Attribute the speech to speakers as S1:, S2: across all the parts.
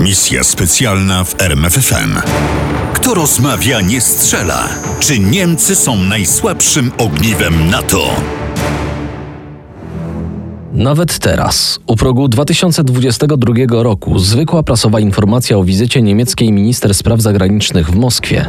S1: Misja specjalna w RMFFM. Kto rozmawia, nie strzela. Czy Niemcy są najsłabszym ogniwem NATO?
S2: Nawet teraz, u progu 2022 roku, zwykła prasowa informacja o wizycie niemieckiej minister spraw zagranicznych w Moskwie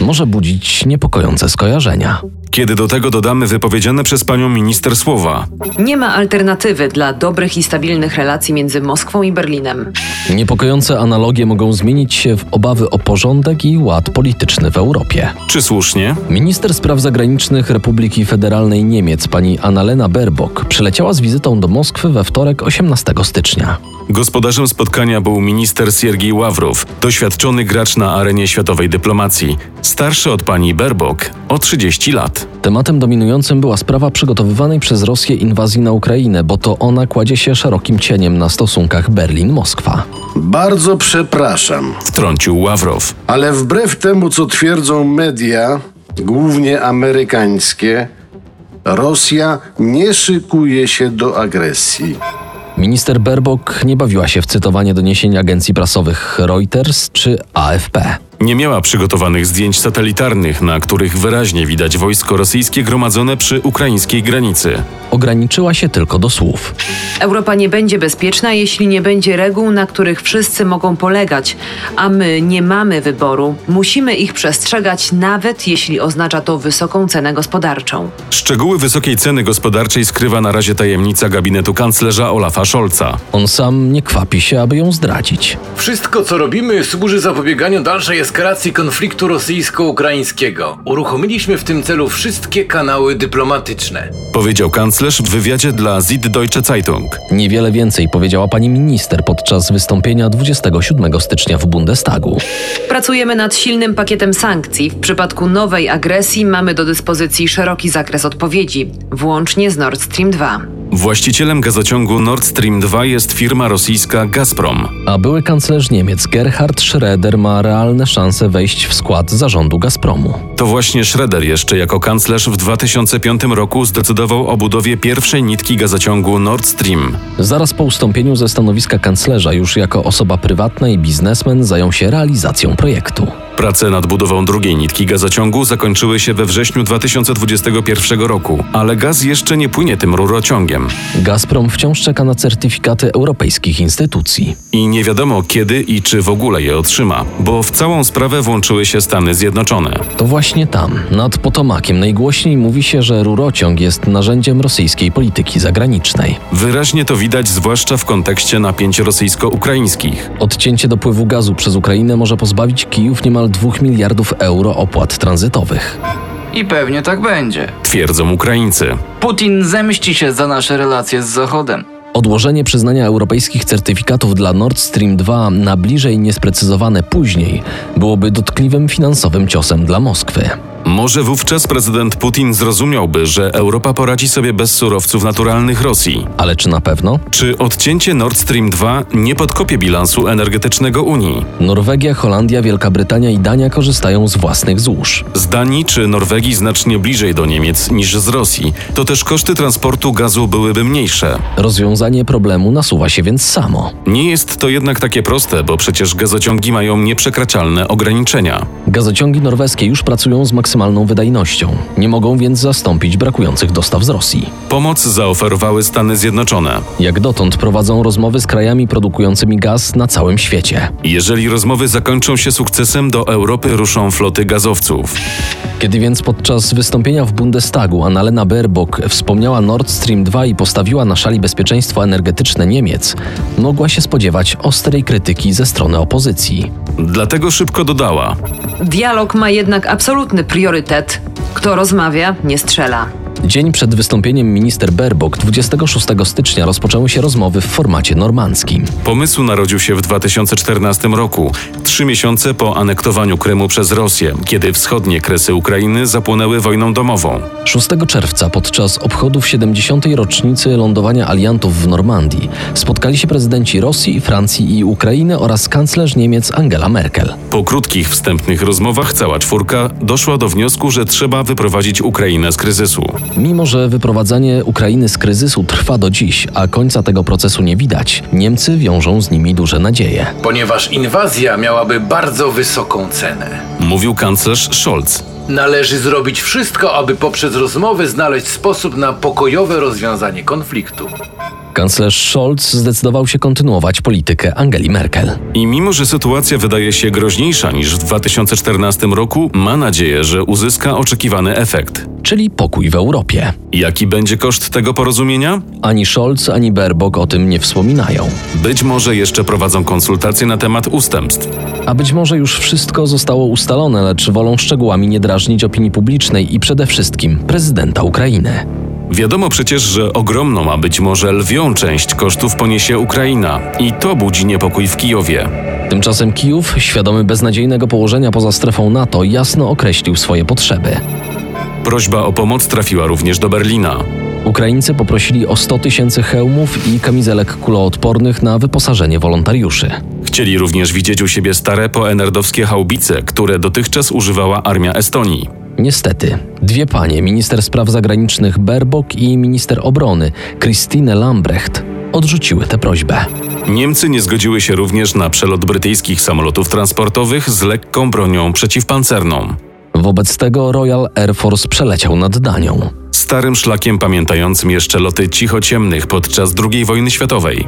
S2: może budzić niepokojące skojarzenia.
S3: Kiedy do tego dodamy wypowiedziane przez panią minister słowa,
S4: Nie ma alternatywy dla dobrych i stabilnych relacji między Moskwą i Berlinem.
S2: Niepokojące analogie mogą zmienić się w obawy o porządek i ład polityczny w Europie.
S3: czy słusznie,
S2: Minister spraw zagranicznych Republiki Federalnej Niemiec pani Annalena Baerbock przyleciała z wizytą do Moskwy we wtorek 18 stycznia.
S3: gospodarzem spotkania był minister Siergiej Ławrow, doświadczony gracz na arenie światowej dyplomacji, starszy od pani Berbok o 30 lat.
S2: Tematem dominującym była sprawa przygotowywanej przez Rosję inwazji na Ukrainę, bo to ona kładzie się szerokim cieniem na stosunkach Berlin-Moskwa.
S5: Bardzo przepraszam,
S3: Wtrącił Ławrow.
S5: ale wbrew temu, co twierdzą media, głównie amerykańskie, Rosja nie szykuje się do agresji.
S2: Minister Baerbock nie bawiła się w cytowanie doniesień agencji prasowych Reuters czy AFP.
S3: Nie miała przygotowanych zdjęć satelitarnych, na których wyraźnie widać wojsko rosyjskie gromadzone przy ukraińskiej granicy.
S2: Ograniczyła się tylko do słów.
S4: Europa nie będzie bezpieczna, jeśli nie będzie reguł, na których wszyscy mogą polegać, a my nie mamy wyboru. Musimy ich przestrzegać, nawet jeśli oznacza to wysoką cenę gospodarczą.
S3: Szczegóły wysokiej ceny gospodarczej skrywa na razie tajemnica gabinetu kanclerza Olafa Scholza.
S2: On sam nie kwapi się, aby ją zdradzić.
S6: Wszystko, co robimy, służy zapobieganiu dalszej eskalacji konfliktu rosyjsko-ukraińskiego. Uruchomiliśmy w tym celu wszystkie kanały dyplomatyczne.
S3: Powiedział kanclerz w wywiadzie dla Süddeutsche Zeitung.
S2: Niewiele więcej powiedziała pani minister podczas wystąpienia 27 stycznia w Bundestagu.
S4: Pracujemy nad silnym pakietem sankcji. W przypadku nowej agresji mamy do dyspozycji szeroki zakres odpowiedzi, włącznie z Nord Stream 2.
S3: Właścicielem gazociągu Nord Stream 2 jest firma rosyjska Gazprom.
S2: A były kanclerz Niemiec Gerhard Schröder ma realne szanse wejść w skład zarządu Gazpromu.
S3: To właśnie Schroeder jeszcze jako kanclerz w 2005 roku zdecydował o budowie pierwszej nitki gazociągu Nord Stream.
S2: Zaraz po ustąpieniu ze stanowiska kanclerza, już jako osoba prywatna i biznesmen, zajął się realizacją projektu.
S3: Prace nad budową drugiej nitki gazociągu zakończyły się we wrześniu 2021 roku, ale gaz jeszcze nie płynie tym rurociągiem.
S2: Gazprom wciąż czeka na certyfikaty europejskich instytucji.
S3: I nie wiadomo kiedy i czy w ogóle je otrzyma, bo w całą sprawę włączyły się Stany Zjednoczone.
S2: To właśnie tam, nad Potomakiem, najgłośniej mówi się, że rurociąg jest narzędziem rosyjskiej polityki zagranicznej.
S3: Wyraźnie to widać zwłaszcza w kontekście napięć rosyjsko-ukraińskich.
S2: Odcięcie dopływu gazu przez Ukrainę może pozbawić Kijów niemal 2 miliardów euro opłat tranzytowych.
S7: I pewnie tak będzie.
S3: Twierdzą Ukraińcy.
S7: Putin zemści się za nasze relacje z Zachodem.
S2: Odłożenie przyznania europejskich certyfikatów dla Nord Stream 2 na bliżej niesprecyzowane później byłoby dotkliwym finansowym ciosem dla Moskwy.
S3: Może wówczas prezydent Putin zrozumiałby, że Europa poradzi sobie bez surowców naturalnych Rosji.
S2: Ale czy na pewno?
S3: Czy odcięcie Nord Stream 2 nie podkopie bilansu energetycznego Unii?
S2: Norwegia, Holandia, Wielka Brytania i Dania korzystają z własnych złóż.
S3: Z Danii czy Norwegii znacznie bliżej do Niemiec niż z Rosji, to też koszty transportu gazu byłyby mniejsze.
S2: Rozwiązanie problemu nasuwa się więc samo.
S3: Nie jest to jednak takie proste, bo przecież gazociągi mają nieprzekraczalne ograniczenia.
S2: Gazociągi norweskie już pracują z maksymalną wydajnością, nie mogą więc zastąpić brakujących dostaw z Rosji.
S3: Pomoc zaoferowały Stany Zjednoczone.
S2: Jak dotąd prowadzą rozmowy z krajami produkującymi gaz na całym świecie.
S3: Jeżeli rozmowy zakończą się sukcesem, do Europy ruszą floty gazowców.
S2: Kiedy więc podczas wystąpienia w Bundestagu Annalena Baerbock wspomniała Nord Stream 2 i postawiła na szali bezpieczeństwo energetyczne Niemiec, mogła się spodziewać ostrej krytyki ze strony opozycji.
S3: Dlatego szybko dodała.
S4: Dialog ma jednak absolutny priorytet. Kto rozmawia, nie strzela.
S2: Dzień przed wystąpieniem minister Baerbock 26 stycznia rozpoczęły się rozmowy w formacie normandzkim.
S3: Pomysł narodził się w 2014 roku, trzy miesiące po anektowaniu Krymu przez Rosję, kiedy wschodnie kresy Ukrainy zapłonęły wojną domową.
S2: 6 czerwca podczas obchodów 70. rocznicy lądowania aliantów w Normandii spotkali się prezydenci Rosji, Francji i Ukrainy oraz kanclerz Niemiec Angela Merkel.
S3: Po krótkich wstępnych rozmowach cała czwórka doszła do wniosku, że trzeba wyprowadzić Ukrainę z kryzysu.
S2: Mimo, że wyprowadzanie Ukrainy z kryzysu trwa do dziś, a końca tego procesu nie widać, Niemcy wiążą z nimi duże nadzieje.
S6: ponieważ inwazja miałaby bardzo wysoką cenę.
S3: Mówił kanclerz Scholz.
S6: Należy zrobić wszystko, aby poprzez rozmowy znaleźć sposób na pokojowe rozwiązanie konfliktu.
S2: Kanclerz Scholz zdecydował się kontynuować politykę Angeli Merkel.
S3: I mimo, że sytuacja wydaje się groźniejsza niż w 2014 roku, ma nadzieję, że uzyska oczekiwany efekt.
S2: Czyli pokój w Europie.
S3: Jaki będzie koszt tego porozumienia?
S2: Ani Scholz, ani Baerbock o tym nie wspominają.
S3: Być może jeszcze prowadzą konsultacje na temat ustępstw.
S2: A być może już wszystko zostało ustalone, lecz wolą szczegółami nie drażnić opinii publicznej i przede wszystkim prezydenta Ukrainy.
S3: Wiadomo przecież, że ogromną, a być może lwią część kosztów poniesie Ukraina i to budzi niepokój w Kijowie.
S2: Tymczasem Kijów, świadomy beznadziejnego położenia poza strefą NATO, jasno określił swoje potrzeby.
S3: Prośba o pomoc trafiła również do Berlina.
S2: Ukraińcy poprosili o 100 tysięcy hełmów i kamizelek kuloodpornych na wyposażenie wolontariuszy.
S3: Chcieli również widzieć u siebie stare poenerdowskie haubice, które dotychczas używała armia Estonii.
S2: Niestety, dwie panie, minister spraw zagranicznych Baerbock i minister obrony Christine Lambrecht, odrzuciły tę prośbę.
S3: Niemcy nie zgodziły się również na przelot brytyjskich samolotów transportowych z lekką bronią przeciwpancerną.
S2: Wobec tego Royal Air Force przeleciał nad Danią.
S3: Starym szlakiem pamiętającym jeszcze loty cichociemnych podczas II wojny światowej.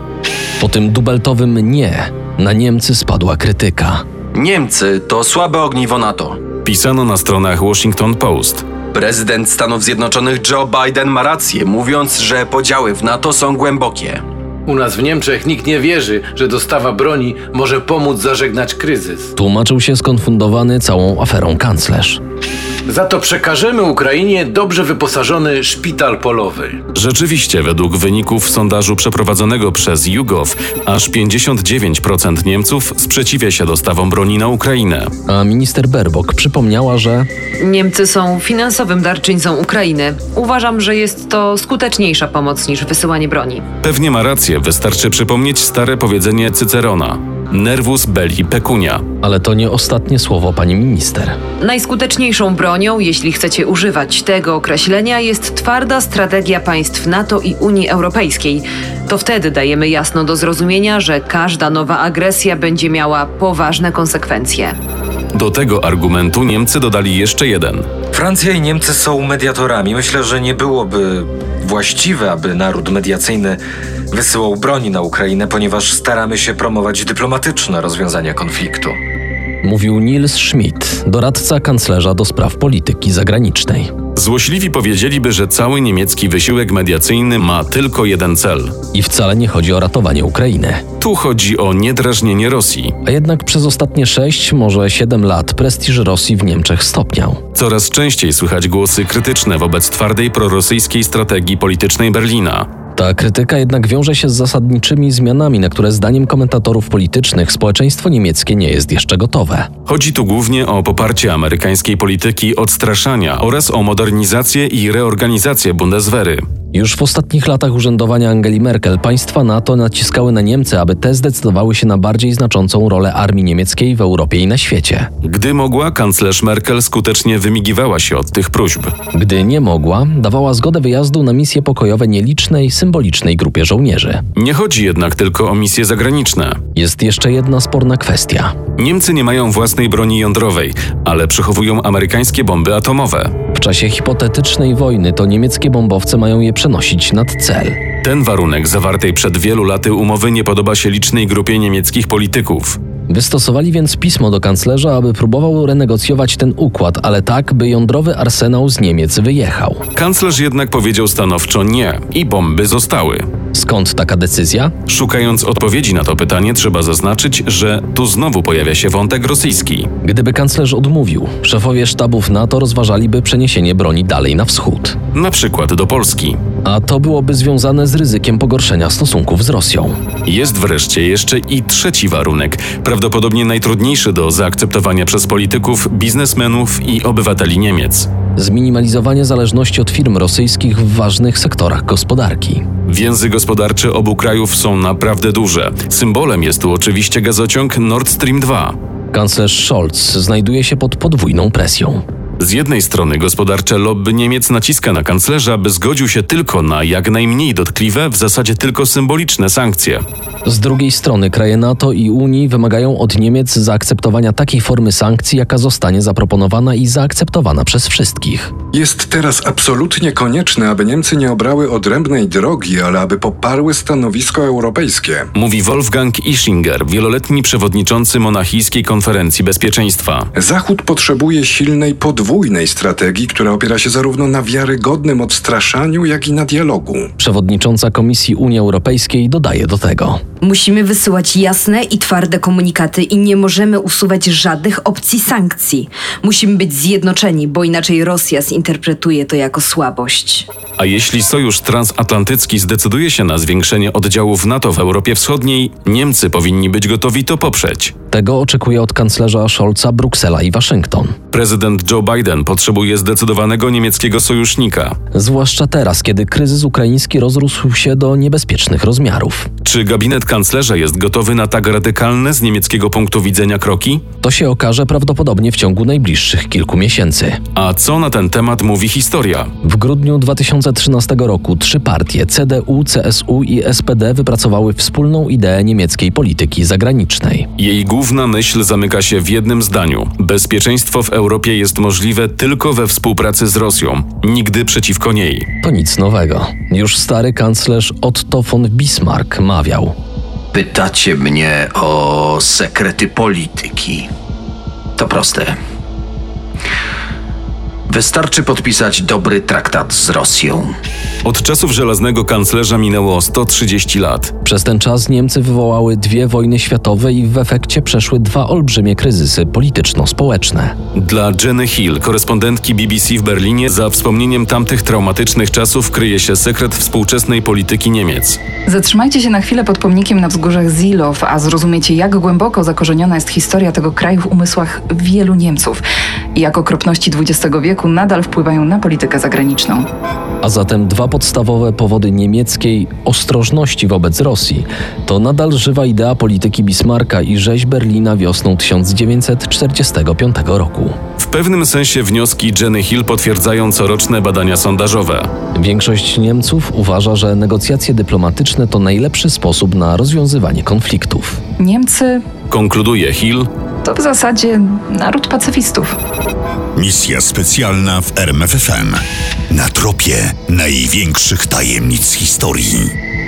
S2: Po tym dubeltowym nie na Niemcy spadła krytyka.
S8: Niemcy to słabe ogniwo NATO.
S3: Pisano na stronach Washington Post.
S8: Prezydent Stanów Zjednoczonych Joe Biden ma rację, mówiąc, że podziały w NATO są głębokie.
S6: U nas w Niemczech nikt nie wierzy, że dostawa broni może pomóc zażegnać kryzys.
S2: Tłumaczył się skonfundowany całą aferą kanclerz.
S6: Za to przekażemy Ukrainie dobrze wyposażony szpital polowy.
S3: Rzeczywiście, według wyników sondażu przeprowadzonego przez YouGov, aż 59% Niemców sprzeciwia się dostawom broni na Ukrainę.
S2: A minister Baerbock przypomniała, że
S4: Niemcy są finansowym darczyńcą Ukrainy. Uważam, że jest to skuteczniejsza pomoc niż wysyłanie broni.
S3: Pewnie ma rację, wystarczy przypomnieć stare powiedzenie Cycerona: Nervus belli pecunia.
S2: ale to nie ostatnie słowo pani minister.
S4: Najskuteczniejszą bronią, jeśli chcecie używać tego określenia, jest twarda strategia państw NATO i Unii Europejskiej. To wtedy dajemy jasno do zrozumienia, że każda nowa agresja będzie miała poważne konsekwencje.
S3: Do tego argumentu Niemcy dodali jeszcze jeden.
S9: Francja i Niemcy są mediatorami. Myślę, że nie byłoby właściwe, aby naród mediacyjny wysyłał broni na Ukrainę, ponieważ staramy się promować dyplomatyczne rozwiązania konfliktu.
S2: Mówił Nils Schmidt, doradca kanclerza do spraw polityki zagranicznej.
S3: Złośliwi powiedzieliby, że cały niemiecki wysiłek mediacyjny ma tylko jeden cel.
S2: I wcale nie chodzi o ratowanie Ukrainy.
S3: Tu chodzi o niedrażnienie Rosji.
S2: A jednak przez ostatnie 6, może 7 lat prestiż Rosji w Niemczech stopniał.
S3: Coraz częściej słychać głosy krytyczne wobec twardej prorosyjskiej strategii politycznej Berlina.
S2: Ta krytyka jednak wiąże się z zasadniczymi zmianami, na które zdaniem komentatorów politycznych społeczeństwo niemieckie nie jest jeszcze gotowe.
S3: Chodzi tu głównie o poparcie amerykańskiej polityki odstraszania oraz o modernizację i reorganizację Bundeswehry.
S2: Już w ostatnich latach urzędowania Angeli Merkel państwa NATO naciskały na Niemcy, aby te zdecydowały się na bardziej znaczącą rolę armii niemieckiej w Europie i na świecie.
S3: Gdy mogła, kanclerz Merkel skutecznie wymigiwała się od tych próśb.
S2: Gdy nie mogła, dawała zgodę wyjazdu na misje pokojowe nielicznej, symbolicznej grupie żołnierzy.
S3: Nie chodzi jednak tylko o misje zagraniczne.
S2: Jest jeszcze jedna sporna kwestia.
S3: Niemcy nie mają własnej broni jądrowej, ale przechowują amerykańskie bomby atomowe.
S2: W czasie hipotetycznej wojny to niemieckie bombowce mają je przenosić nad cel.
S3: Ten warunek zawartej przed wielu laty umowy nie podoba się licznej grupie niemieckich polityków.
S2: Wystosowali więc pismo do kanclerza, aby próbował renegocjować ten układ, ale tak, by jądrowy arsenał z Niemiec wyjechał.
S3: Kanclerz jednak powiedział stanowczo nie i bomby zostały.
S2: Skąd taka decyzja?
S3: Szukając odpowiedzi na to pytanie, trzeba zaznaczyć, że tu znowu pojawia się wątek rosyjski.
S2: Gdyby kanclerz odmówił, szefowie sztabów NATO rozważaliby przeniesienie broni dalej na wschód.
S3: Na przykład do Polski.
S2: A to byłoby związane z ryzykiem pogorszenia stosunków z Rosją.
S3: Jest wreszcie jeszcze i trzeci warunek, prawdopodobnie najtrudniejszy do zaakceptowania przez polityków, biznesmenów i obywateli Niemiec.
S2: Zminimalizowanie zależności od firm rosyjskich w ważnych sektorach gospodarki.
S3: Więzy gospodarcze obu krajów są naprawdę duże. Symbolem jest tu oczywiście gazociąg Nord Stream 2.
S2: Kanclerz Scholz znajduje się pod podwójną presją.
S3: Z jednej strony gospodarcze lobby Niemiec naciska na kanclerza, by zgodził się tylko na jak najmniej dotkliwe, w zasadzie tylko symboliczne sankcje.
S2: Z drugiej strony kraje NATO i Unii wymagają od Niemiec zaakceptowania takiej formy sankcji, jaka zostanie zaproponowana i zaakceptowana przez wszystkich.
S10: Jest teraz absolutnie konieczne, aby Niemcy nie obrały odrębnej drogi, ale aby poparły stanowisko europejskie.
S3: Mówi Wolfgang Ischinger, wieloletni przewodniczący Monachijskiej Konferencji Bezpieczeństwa.
S10: Zachód potrzebuje silnej, podwójnej strategii, która opiera się zarówno na wiarygodnym odstraszaniu, jak i na dialogu.
S2: Przewodnicząca Komisji Unii Europejskiej dodaje do tego.
S11: Musimy wysyłać jasne i twarde komunikaty i nie możemy usuwać żadnych opcji sankcji. Musimy być zjednoczeni, bo inaczej Rosja zinterpretuje to jako słabość.
S3: A jeśli Sojusz Transatlantycki zdecyduje się na zwiększenie oddziałów NATO w Europie Wschodniej, Niemcy powinni być gotowi to poprzeć.
S2: Tego oczekuje od kanclerza Scholza Bruksela i Waszyngton.
S3: Prezydent Joe Biden potrzebuje zdecydowanego niemieckiego sojusznika.
S2: Zwłaszcza teraz, kiedy kryzys ukraiński rozrósł się do niebezpiecznych rozmiarów.
S3: Czy gabinet kanclerza jest gotowy na tak radykalne z niemieckiego punktu widzenia kroki?
S2: To się okaże prawdopodobnie w ciągu najbliższych kilku miesięcy.
S3: A co na ten temat mówi historia?
S2: W grudniu 2013 roku trzy partie CDU, CSU i SPD wypracowały wspólną ideę niemieckiej polityki zagranicznej.
S3: Jej główna myśl zamyka się w jednym zdaniu: bezpieczeństwo w Europie jest możliwe tylko we współpracy z Rosją, nigdy przeciwko niej.
S2: To nic nowego. Już stary kanclerz Otto von Bismarck mawiał:
S12: Pytacie mnie o sekrety polityki. To proste. Wystarczy podpisać dobry traktat z Rosją.
S3: Od czasów żelaznego kanclerza minęło 130 lat.
S2: Przez ten czas Niemcy wywołały dwie wojny światowe i w efekcie przeszły dwa olbrzymie kryzysy polityczno-społeczne.
S3: Dla Jenny Hill, korespondentki BBC w Berlinie, za wspomnieniem tamtych traumatycznych czasów kryje się sekret współczesnej polityki Niemiec.
S13: Zatrzymajcie się na chwilę pod pomnikiem na wzgórzach Zilow, a zrozumiecie, jak głęboko zakorzeniona jest historia tego kraju w umysłach wielu Niemców i jak okropności XX wieku nadal wpływają na politykę zagraniczną.
S2: A zatem dwa podstawowe powody niemieckiej ostrożności wobec Rosji to nadal żywa idea polityki Bismarcka i rzeź Berlina wiosną 1945 roku.
S3: W pewnym sensie wnioski Jenny Hill potwierdzają coroczne badania sondażowe.
S2: Większość Niemców uważa, że negocjacje dyplomatyczne to najlepszy sposób na rozwiązywanie konfliktów.
S13: Niemcy
S3: Konkluduje Hill,
S13: to w zasadzie naród pacyfistów.
S1: Misja specjalna w RMFFM. Na tropie największych tajemnic historii.